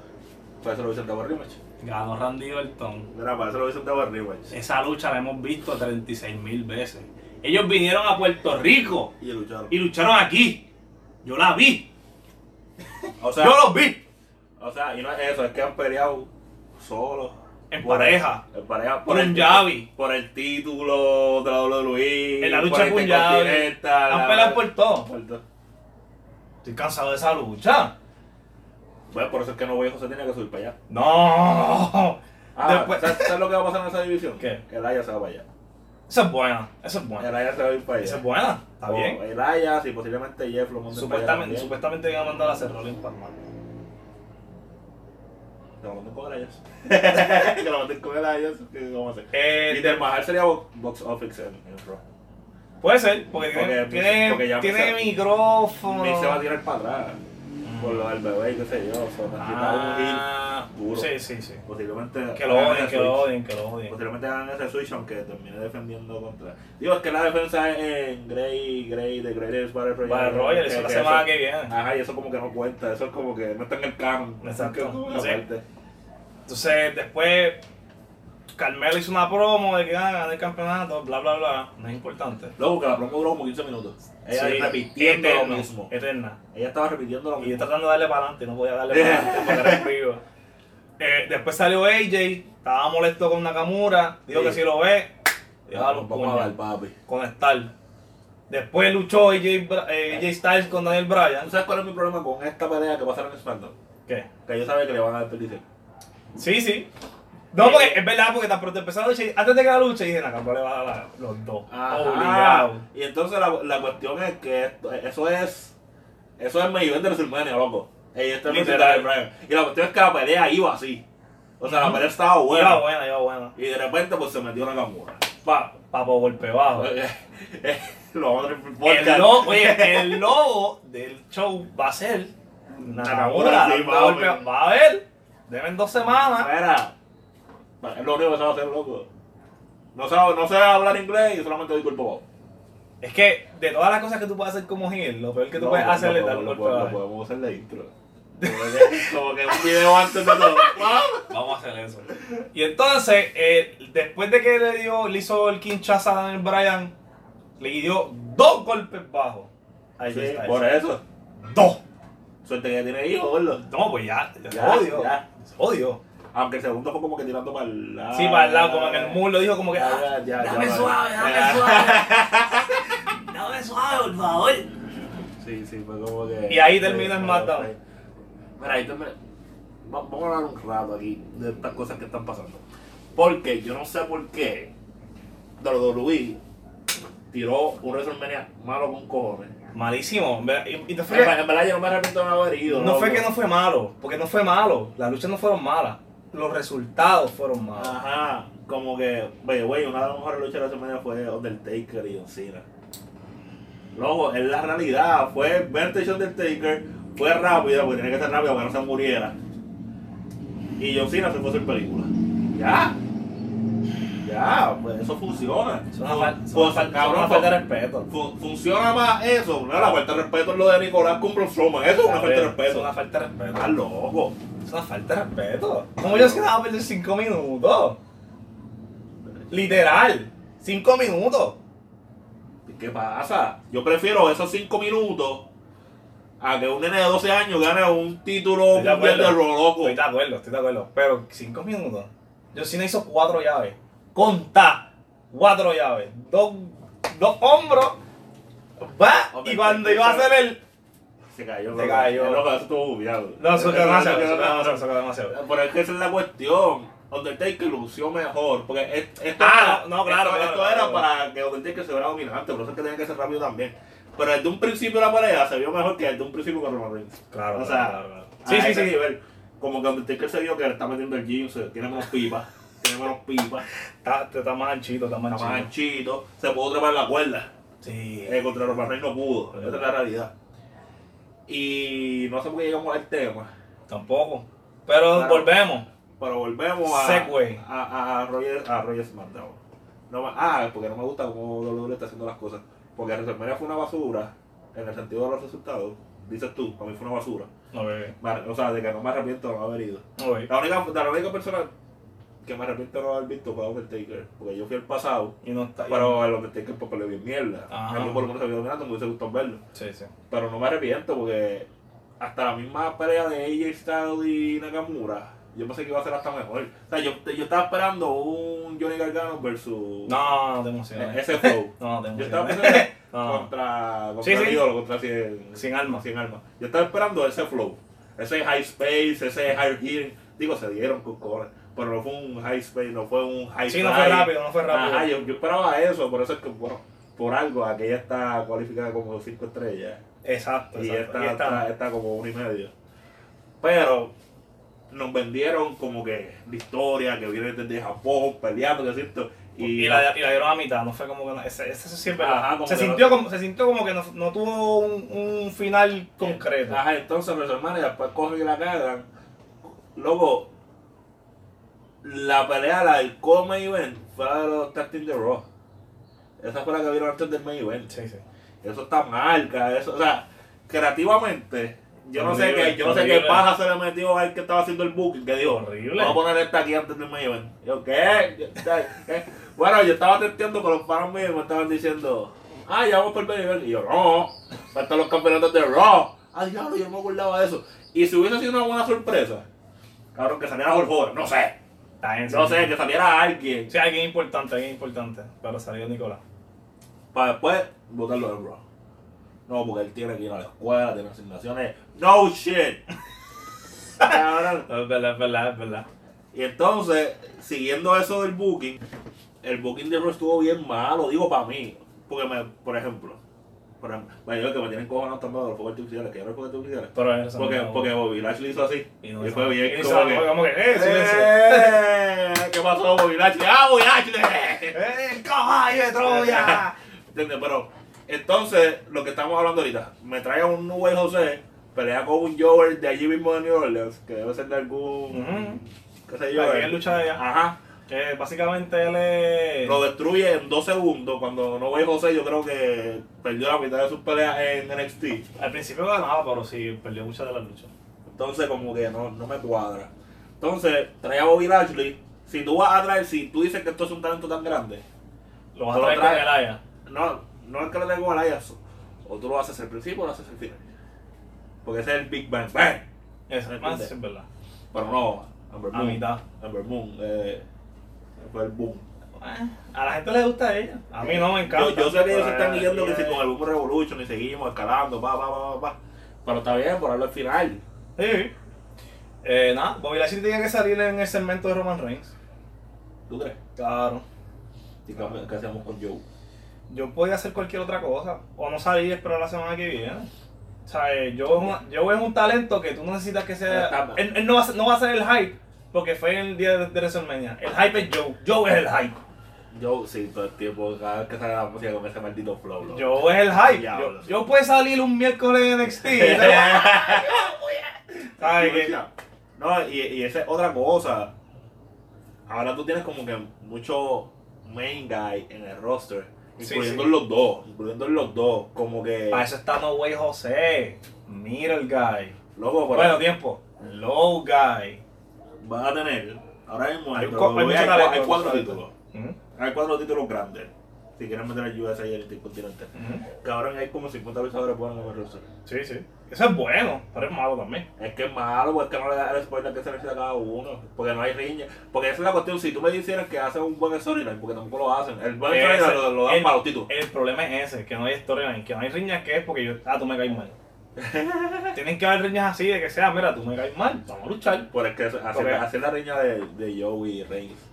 Para eso lo hubiesen dado el rematch. Ganó Randy Orton. Mira, para eso lo hubiesen dado el rematch. Esa lucha la hemos visto 36 mil veces. Ellos vinieron a Puerto Rico Y lucharon. y lucharon aquí. Yo la vi. O sea, Yo los vi. o sea, y no es eso, es que han peleado solos. En Por- pareja. En pareja. Por el- Punjabi. Por el título de la WWE. En la por lucha el con Yavi. Intercontinental, la- Han peleado por todo. por todo. Estoy cansado de esa lucha. Bueno, por eso es que no voy a José tiene que subir para allá. No. Ah, Después- ¿sabes, sabes lo que va a pasar en esa división? ¿Qué? Que el Aya se va para allá. Esa es buena. Esa es buena. El Aya se va a ir para allá. Esa es buena. Está O bien. El Aya, y posiblemente Jeff lo monte Supuestamente, supuestamente iban a mandar a hacer Rolling Palma. Que lo manden con el *laughs* Ayas. que lo manden con el Ayas. que vamos a hacer. Eh, Y del Mahal sería bo- box office en, en Raw. Puede ser, porque Porque- pues, tiene, tiene, porque ya tiene empezaron. micrófono. Mick se va a tirar para atrás. Por lo del bebé y qué sé yo. O sea, nos quita Mm. Ah, un heel duro. Sí, sí, sí. Posiblemente. Que lo hagan odien, ese que lo switch. odien, que lo odien. Posiblemente hagan ese switch, aunque termine defendiendo contra. Digo, es que la defensa es en Grey, Grey, de Greatest Battle Royale. Vale, Roger, eso es la semana que viene. Ajá, y eso como que no cuenta, eso es como que no está en el canon. Exacto. Es como una Sí. parte. Entonces, después, Carmelo hizo una promo de que ah, gané el campeonato, bla, bla, bla. No es importante. Luego que la promo duró como 15 minutos. Ella Sí, repitiendo eterno, lo mismo. Eterna. Ella estaba repitiendo lo Y yo mismo. tratando de darle para adelante, no podía *laughs* darle para adelante porque era en vivo. Eh, después salió AJ, estaba molesto con Nakamura, dijo Sí. que si lo ve, le iba a dar los Vamos a dar, puños. papi. conectar. Después luchó AJ, Bra- eh, AJ Styles con Daniel ¿Tú Bryan. sabes cuál es mi problema con esta pelea que pasaron en SmackDown? ¿Qué? Que yo sabía que le van a desperdiciar. Sí, sí. No, porque es verdad, porque tan pronto empezó la lucha, y- antes de que la lucha, dije, Nakamura le va a dar a los dos. Obligado. Y entonces la, la cuestión es que esto- eso es. Eso es main event de WrestleMania, loco. Ey, este es Literal. Literal. Brian. Y la cuestión es que la pelea iba así. O sea, la pelea estaba Iba buena. buena, iba buena. Y de repente, pues se metió una camura. *laughs* Pa, papo golpe bajo. Eh, Lo vamos a hacer por El podcast. logo, oye, el logo del show va a ser Nakamura. Nakamura, sí, Nakamura va a golpe- ver. va a ver. Deben dos semanas. Mira, es lo único que sabe hacer, loco. No sabe, no sabe hablar inglés y solamente doy cuerpo bajo. Es que de todas las cosas que tú puedes hacer como Gil, lo peor que tú No, puedes no, hacer no, es dar no, un no golpe podemos- no bajo. podemos hacer la *laughs* intro. Como que, como que un video antes de todo. Vamos a hacer eso. Y entonces, eh, después de que le dio, le hizo el quinchazo a Daniel Bryan, le dio dos golpes bajos. Ahí Sí, está. por eso. Dos. Suerte que tiene hijos, boludo. No, pues ya, ya, se Ya, jodió. ya. Se jodió. Aunque el segundo fue como que tirando para el lado. Sí, para el lado, como en el muro, dijo como que. Ya, "Ah, ya, ya, Dame ya, suave, ya. dame suave. *laughs* Dame suave, por favor. Sí, sí, fue como que. Y ahí termina el sí, SmackDown. sí. Mira, ahí termina. Va- Vamos a hablar un rato aquí de estas cosas que están pasando. Porque yo no sé por qué WWE tiró un WrestleMania malo con cojones. Malísimo. En verdad- Y, y no, En fue que, verdad, en verdad yo no me arrepiento de no haber ido. no fue loco. que no fue malo, porque no fue malo. Las luchas no fueron malas. Los resultados fueron Ah, malos. Ajá, como que, güey, güey, una de las mejores luchas de la semana fue Undertaker y John Cena. Loco, es la realidad, fue verte y Undertaker, fue rápida, porque tenía que ser rápida para que no se muriera. y John Cena se fue a hacer película. Ya. Ya, pues eso funciona. Es una fal- es Fun- una fal- es cabrón, pues, una falta de respeto. fun- funciona más eso. Una la falta de respeto es lo de Nicolás con Braun Strowman. Eso es una falta de Es respeto. una falta de respeto. Estás loco. Es una falta de respeto. Como yo es que nada a perder 5 minutos. Literal. 5 minutos. ¿Qué pasa? Yo prefiero esos 5 minutos a que un nene de 12 años gane un título Estoy de mundial de acuerdo. lo loco. Estoy de acuerdo, estoy de acuerdo. Pero 5 minutos. Yo sí hizo 4 llaves. Conta. 4 llaves. Dos, dos hombros. Va. Hombre, y cuando te- iba a hacer el. Se cayó. Se bro. cayó. No, pero eso estuvo bufiado. No, eso Eso- quedó eso- demasiado. eso- Eso quedó demasiado. Eso quedó demasiado. Pero es que esa es la cuestión. Undertaker lució mejor. Porque es- esto, Ah, era- no, no, claro, esto, claro, esto claro, era claro. para que Undertaker se viera dominante. Por eso es que tenía que ser rápido también. Pero desde un principio la pareja se vio mejor que desde un principio con Roman Reigns. Claro, O claro, sea, claro, claro. a Sí, sí, ese sí. nivel. Como que Undertaker se vio que le está metiendo el gym, se- tiene menos pipa. tiene menos pipa. Está, está más anchito, está más Está más anchito. anchito. Se pudo trepar la cuerda. Sí. Eh, contra Roman Reigns no pudo. Esa es la realidad. Y no sé por qué llegamos al tema. Tampoco. Pero Claro. volvemos. Pero volvemos a, Segway. a, a, a Roger, a Roger SmackDown. No, me- ah, porque no me gusta cómo WWE está haciendo las cosas. Porque WrestleMania fue una basura, en el sentido de los resultados, dices tú, para mí fue una basura. No, bebé. Me ar- O sea, de que no me arrepiento de no haber ido. No, bebé. La única, la única persona que me arrepiento de no haber visto fue Undertaker, porque yo fui el pasado, Y no está. pero el Undertaker pues, perdió bien mierda. Ajá. A mí por lo menos se vio dominando, me hubiese gustado verlo. Sí, sí. Pero no me arrepiento porque hasta la misma pelea de AJ Styles y Nakamura, yo pensé que iba a ser hasta mejor. O sea, yo, yo estaba esperando un Johnny Gargano versus No, no te eh, emociones. ese flow. No, te Yo *laughs* estaba emociones. pensando No. contra, contra Ah. Sí, sí. el ídolo, contra Cien, Cien Almas. Cien Almas. Yo estaba esperando ese flow, ese high space, ese high gear. Digo, se dieron con cojones, pero no fue un high space, no fue un high Sí, no fue fly. rápido, no fue rápido. Ajá, yo, yo esperaba eso, por eso es que, bueno, por algo aquella está cualificada como 5 estrellas. Exacto, Y exacto. esta, Ahí está, está como una y media. Pero nos vendieron como que la historia que viene desde Japón peleando, que siento. Y, Y, la, y la dieron a mitad, no fue como que. no- Ese, ese sí es verdad. Ajá, como se, que no- sintió como, se sintió como que no, no tuvo un, un final concreto. Ajá, entonces los hermanos después cogen y la cagan. Luego, la pelea, la del co-main event, fue la de los Tag Team de Raw. Esa fue la que vieron antes del main event. Sí, sí. Eso está mal, cara, eso, o sea, creativamente, yo no sé Horrible, qué, yo no sé qué horrible. paja se le metió al que estaba haciendo el booking, que dijo, Horrible. vamos a poner esta aquí antes del main event. Yo, ¿qué? Yo, ¿qué? Bueno, yo estaba testeando con los panos míos y me estaban diciendo, ah, ya vamos por el main event. Y yo, no, faltan los campeonatos de Raw. Ah, diablo, yo no me acordaba de eso. Y si hubiese sido una buena sorpresa, cabrón, que saliera Hulk Hogan, no sé, Está bien, no sí. sé, que saliera alguien, Sí, alguien importante, alguien importante. Pero salió Nicolás. para después votarlo en Raw. No, porque él tiene que ir a la escuela, tiene asignaciones. No shit. Cabrón. Es verdad, es verdad, es verdad. y entonces, siguiendo eso del booking, el booking de Raw estuvo bien malo, digo para mí. Porque, me, por ejemplo, por ejemplo, me digo que me tienen cojones también de los fuegos artificiales, que yo los fuegos artificiales. Pero eso Porque, no- porque Bobby Lashley hizo así. Y, no hizo- fue bien. y no hizo- como que, como que, eh, silencio. ¡Eh! ¿Qué pasó, Bobby Lashley? ¡Ah, Bobby Lashley! ¡Eh, el caballo de Troya! ¿Entiendes? Pero entonces, lo que estamos hablando ahorita, me trae a un Nube José, pelea con un Jover de allí mismo de New Orleans, que debe ser de algún. ¿Qué sé yo? La eh. que es lucha de ella. Ajá. *laughs* Que básicamente él es. Lo destruye en dos segundos. Cuando no ve José, yo creo que perdió la mitad de sus peleas en NXT. Al principio ganaba, pero sí perdió muchas de las luchas. Entonces, como que no, no me cuadra. Entonces, trae a Bobby Lashley. Si tú vas a traer, si tú dices que esto es un talento tan grande, Lo vas Lo a traer trae. con el Aya. No, no es que lo tengo al ayazo. O tú lo haces al principio o lo haces al final. Porque ese es el Big Bang. ¡Bang! Eso, Me más entiende. es verdad. Pero no, Amber A Moon. mitad. Amber Moon, eh, fue el boom. Eh, A la gente le gusta a ella. A mí no me encanta. Yo, yo sé que ellos se Pero, están eh, yendo que eh, si con el boom Revolution y seguimos escalando, va, va, va, va, va. Pero está bien, por hablar al final. Sí. Eh, nada, Bobby Lashley tenía que salir en el segmento de Roman Reigns. ¿Tú crees? Claro. ¿Y qué, qué hacemos con Joe? Yo podía hacer cualquier otra cosa. O no salir y esperar la semana que viene. O sea, eh, yo, es un- yo es un talento que tú no necesitas que Está sea. mal. Él, él no, va a ser, no va a ser el hype. Porque fue el día de, de WrestleMania. El hype es Joe. Joe es el hype. Joe, sí, todo el tiempo, cada vez que sale la música con ese maldito flow. loco. Joe es el hype. Yo, Diablos. *laughs* yo puede salir un miércoles en NXT. y te va- ¿Sabes qué? No, No, y, y esa es otra cosa. Ahora tú tienes como que mucho main guy en el roster. Sí, Incluyendo sí. en los dos. Incluyendo en los dos. Como que. Para eso está No Way José. Mira el guy. Loco, pero Bueno, tiempo. Low guy. vas a tener. Ahora mismo hay, Hay un pero co- hay voy a- mucho talento, hay hay cuatro mucho títulos. ¿Mm? Hay cuatro títulos grandes. Si quieres meter al USA y al Intercontinental. Ujú. Cabrón, hay como 50 luchadores buenos en el roster. Sí, sí. Eso es bueno, pero es malo también. Es que es malo, porque es que no le da el spoiler que se necesita a cada uno. Porque no hay riña. Porque esa es la cuestión. Si tú me dijeras que hacen un buen storyline, porque tampoco lo hacen. El buen Ese- storyline lo, lo dan el- para los títulos. El problema es ese, que no hay storyline, que no hay riñas que es porque yo, ah, tú *laughs* me caes mal. Tienen que haber riñas así de que sea, mira, tú me caes mal, vamos a luchar. Por es que hacer, Ok. hacer la riña de, de Joey Reigns.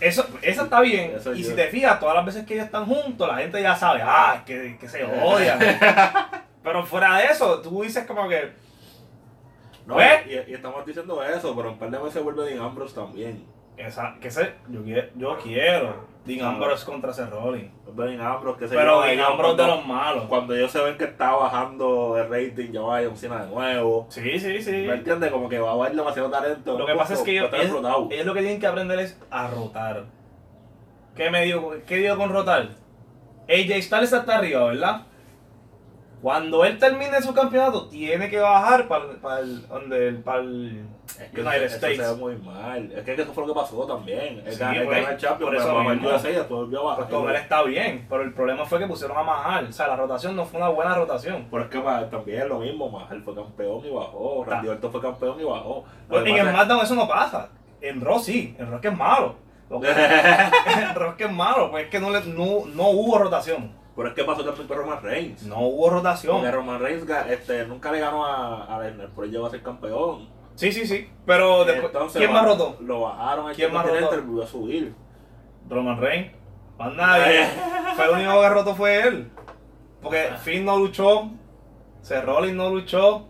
Eso, eso está bien. Eso y yo- si te fijas, todas las veces que ellos están juntos, la gente ya sabe, ah, es que, que se *laughs* odian. Pero fuera de eso, tú dices como que, No, ¿Ves? y, y estamos diciendo eso, pero un par de veces vuelve Dean Ambrose también. esa, que se, yo, quie- yo quiero Dean Ambrose contra Seth Rollins. Vuelve Dean Ambrose, que se Pero lleva Dean ellos Ambrose de cuando- los malos. Cuando ellos se ven que está bajando el rating, ya va a John Cena de nuevo. Sí, sí, sí. ¿Me entiendes? Como que va a haber demasiado talento. Lo que pasa es que ellos, Está ellos- explotado. ellos lo que tienen que aprender es a rotar. ¿Qué me dio, qué dio con rotar? AJ Styles está arriba, ¿verdad? Cuando él termine su campeonato, tiene que bajar para el, donde el, para el Es que United eso- eso States. se ve muy mal. Es que eso fue lo que pasó también. El Sí, gan- el güey. ganar el Champions, Por eso pero el mismo. USA y después volvió a bajar. Pues con él está bien, pero el problema fue que pusieron a Mahal. O sea, la rotación no fue una buena rotación. Pero es que ma- también es lo mismo, Mahal fue campeón y bajó, Randy Orton fue campeón y bajó. Lo que Pues, en el pasa SmackDown eso no pasa. En Raw sí, en Raw es que es malo. *laughs* Lo que- en Raw es que es malo, pues es que no, le- no, no hubo rotación. es- pero es que pasó también con Roman Reigns. No hubo rotación. Porque Roman Reigns ga- este, nunca le ganó a, a Lesnar, pero él llegó a ser campeón. Sí, sí, sí. Pero después, Entonces, ¿quién ba- más rotó? Lo bajaron al ¿Quién más Intercontinental, rotó? volvió a subir. Roman Reigns. Más nadie. fue el único que roto fue él. Porque Finn no luchó. Seth Rollins no luchó.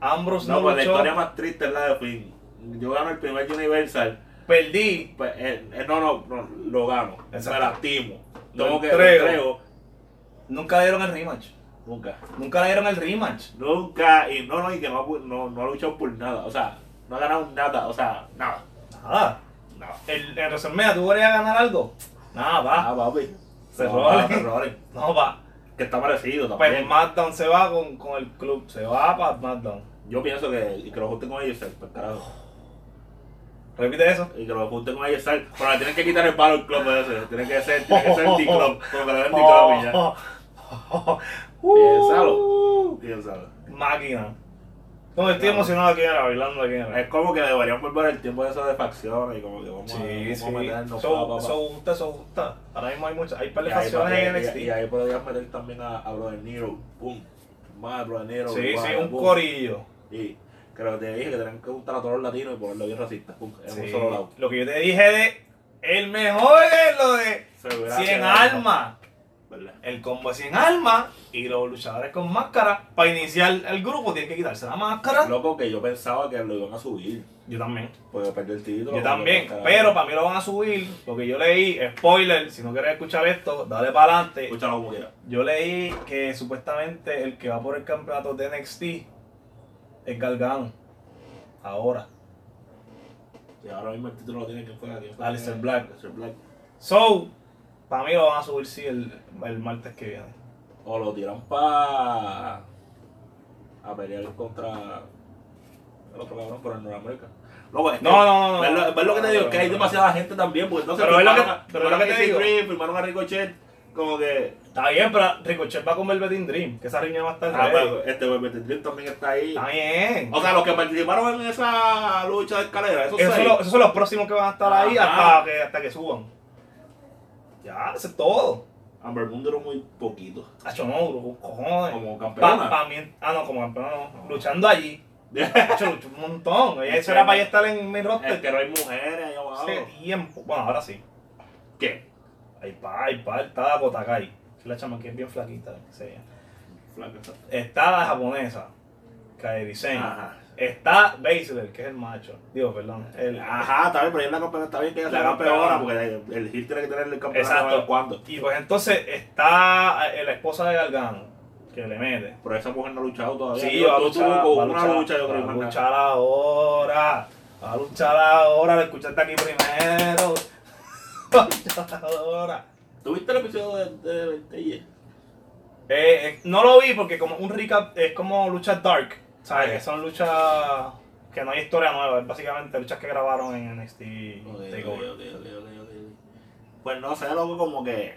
Ambrose No, no, pues la luchó. historia más triste es la de Finn. Yo gano el primer Universal. Perdí. Pues, eh, eh, no, no, no, lo gano. Exacto. Me lastimo. Lo Tengo que entrego. lo entrego. Nunca le dieron el rematch. Nunca. Nunca le dieron el rematch. Nunca. Y no, no, y que no, ha pu- no, no ha luchado por nada. O sea, no ha ganado nada. O sea, nada. Nada. Nada. El, en resumen, ¿tú querías ganar algo? Nada, va. Ah, papi. Se No, roba. Pues, se roba. No, va. Que está merecido Pero también. SmackDown se va con, con el club. Se va para SmackDown. Yo pienso que, y que lo junten con ellos, pues, carajo. Repite eso. Y que lo junten con ellos, pero le tienen que quitar el palo al club ese. Tiene que ser, tiene que ser el D-Club. Como que le den D-Club y ya. *laughs* Piénsalo. Piénsalo. Máquina. No, estoy No. emocionado aquí ahora, bailando aquí ahora. Es como que deberían volver el tiempo de eso de facciones y como que vamos, a, Sí, vamos sí. a meternos. pa, pa, Eso pa. eso gusta, eso gusta. Ahora mismo hay muchas, hay par Y de ahí, facciones en y- NXT. y ahí podrías meter también a, a Brother Nero. Pum. Más Brother Nero. Sí, igual, sí, un pum. corillo. Y creo que te dije que tenían que juntar a todos los latinos y ponerlo bien racista. Pum. En un Sí. solo lado. Lo que yo te dije de el mejor es lo de Se hubiera 100 quedado, almas. ¿verdad? El combo de 100 almas y los luchadores con máscara. Para iniciar el grupo tienen que quitarse la máscara. Loco que yo pensaba que lo iban a subir. Yo también. Porque perdió el título. Yo también, carajo. pero para mí lo van a subir, lo que yo leí, spoiler, si no quieres escuchar esto, dale para adelante. Escúchalo como quiera. Yo leí que supuestamente el que va por el campeonato de NXT es Gargano. Ahora. Y ahora mismo el título lo tiene que fuera. ¿quién fue? Aleister Black. Aleister Black. So, para mí lo van a subir sí el, el martes que viene. O lo tiran para. A pelear contra. El otro cabrón por el Norteamérica. Loco, pues, es que- No, no, no, no. ¿Ves lo, ves lo que te digo? No, que no, hay no. demasiada gente también. Porque entonces. Pero es lo que- firmaron a- pero es lo que firmaron te a digo. Casey Green, firmaron a Ricochet. Como que. Está bien, pero Ricochet va con Velveteen Dream, que esa riña va a estar Ah, ready. pero este Velvet Dream también está ahí. pues. Está bien. O sea, los que participaron en esa lucha de escalera, esos Esos son, seis. los, esos son los próximos que van a estar ahí Ajá. hasta que, hasta que suban. Ya, eso es todo. Amber Moon duró muy *laughs* poquito. Hacho, no, bro, cojones. Como Pa, campeona. pa' mí, ah, no, como campeona no. Luchando allí. Hacho, luchó un montón. Es Eso que era para no- ya estar en mi roster. Es que no hay mujeres ahí abajo. Hace tiempo. Bueno, ahora sí. ¿Qué? Ahí pa, ahí pa, está Kotakai. que La chama que es bien flaquita. que se vea. Flaca esa. Está la japonesa. Kairi Sen. Ajá. Está Baszler, que es el macho. Digo, perdón. El, ah, Ajá, está bien, pero ella es la campeona, está bien que ella sea La campeona, campeona. porque el- el Gil tiene que tener el campeonato Exacto. de vez en cuando. Y pues entonces está eh, la esposa de Gargano, que le mete. Pero esa mujer no ha luchado todavía. Sí, Yo- va a tú- tú luchar, con va a una luchar, lucha, yo creo que va a más nada. luchar ahora. Va a luchar ahora, lo escuchaste aquí primero. *laughs* Va a luchar ahora. ¿Tuviste el episodio de, de, de ayer? Eh, eh, no lo vi porque como un recap es como luchas dark, ¿sabes? Ok. Que son luchas que no hay historia nueva, es básicamente luchas que grabaron en NXT Ok, ok, Takeover. ok, ok, ok, ok. Pues no sé, loco, como que.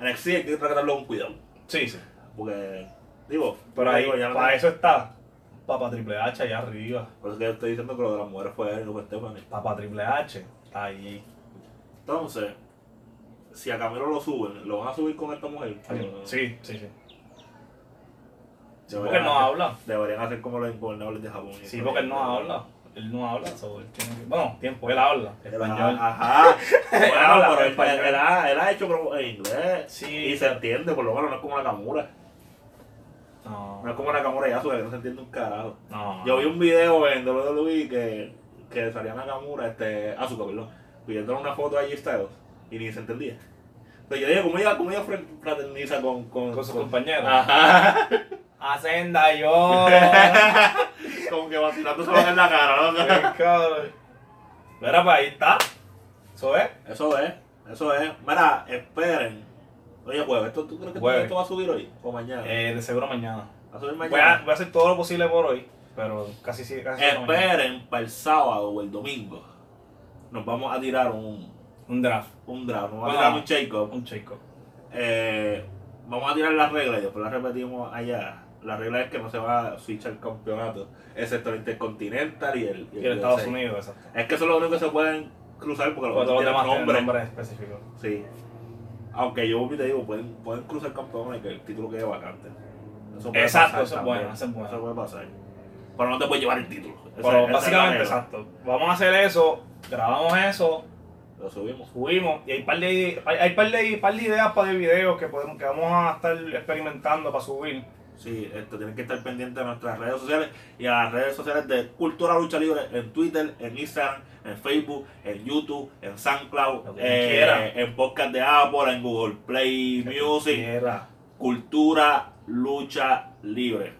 En el sí hay que tratarlo con cuidado. Sí, sí. Porque, digo, Pero ahí, digo, pues ya no para tengo- eso está Papa Triple H allá arriba, Por eso que yo estoy diciendo que lo de las mujeres fue él y no fue Stephanie. Papa Triple H, ahí. Entonces, si a Camilo lo suben, ¿lo van a subir con esta mujer? Sí, sí, sí. Sí, Porque él no habla. Deberían hacer como los ingobernables de Japón. Sí, porque él no habla. Él no habla, so, él tiene que- Bueno, tiempo, él habla. Español. *laughs* Ajá. Bueno, habla pero él, español. él ha, él ha hecho como en inglés. Sí. Y se entiende, por lo menos no es como Nakamura. No. No es como Nakamura y Yasuke, que no se entiende un carajo. No. Yo vi un video en WWE que, que salía Nakamura, este, Azuka, perdón, pidiéndole una foto a G-Styles y ni se entendía. Entonces yo dije, ¿cómo ella, cómo ella fr- fraterniza con, con, Con su compañero. Ajá. *laughs* Hacenda yo. Como que vacilando solo en la cara, ¿no? Mira, pues ahí está. Eso es. Eso es, eso es. Mira, esperen. Oye, jueves, ¿esto, ¿tú crees que Jueves. esto va a subir hoy o mañana? Eh, de seguro mañana. va a subir Voy a, mañana. voy a hacer todo lo posible por hoy, pero casi sí. Casi seguro mañana. esperen para el sábado o el domingo. Nos vamos a tirar un, Un draft, un draft, nos vamos Bueno. a tirar un shake-up. un chico. Eh, vamos a tirar las reglas y después las repetimos allá. La regla es que no se va a switchar el campeonato, excepto el Intercontinental y el, y el Y en Estados USA. Unidos, exacto. Es que eso es lo único que se pueden cruzar porque los Pero otros tienen todos los demás tienen nombre. nombres específicos. Sí. Aunque yo te digo, pueden, pueden cruzar campeones y que el título quede vacante. Eso puede Exacto, pasar eso es también. bueno, eso es bueno. puede pasar. Pero no te puedes llevar el título. Esa- esa Pero es la básicamente, regla. exacto. Vamos a hacer eso, grabamos eso, Lo subimos. subimos. Y hay par de, hay, hay par de, par de ideas, par de videos que, podemos, que vamos a estar experimentando para subir. Sí, esto, tienen que estar pendientes de nuestras redes sociales y a las redes sociales de Cultura Lucha Libre en Twitter, en Instagram, en Facebook, en YouTube, en SoundCloud, eh, Lo que quieran. en podcast de Apple, en Google Play Music, Era. Cultura Lucha Libre.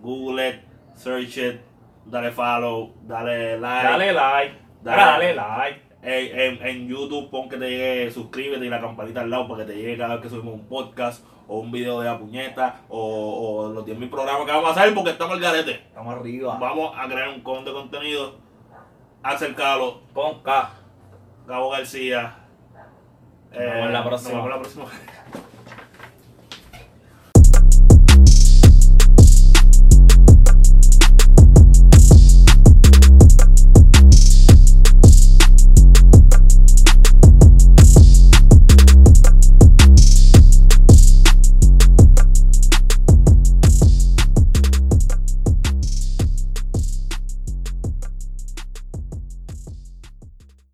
Google it, search it, dale follow, dale like. Dale like. Dale. Dale like. En, en- en YouTube pon que te llegue, suscríbete y la campanita al lado para que te llegue cada vez que subimos un podcast o un video de la puñeta o, o los 10.000 programas que vamos a hacer porque estamos al garete. Estamos arriba. Vamos a crear un con de contenido. Axel Calo, Con K. Gabo García. Nos vemos la próxima. Nos vemos la próxima.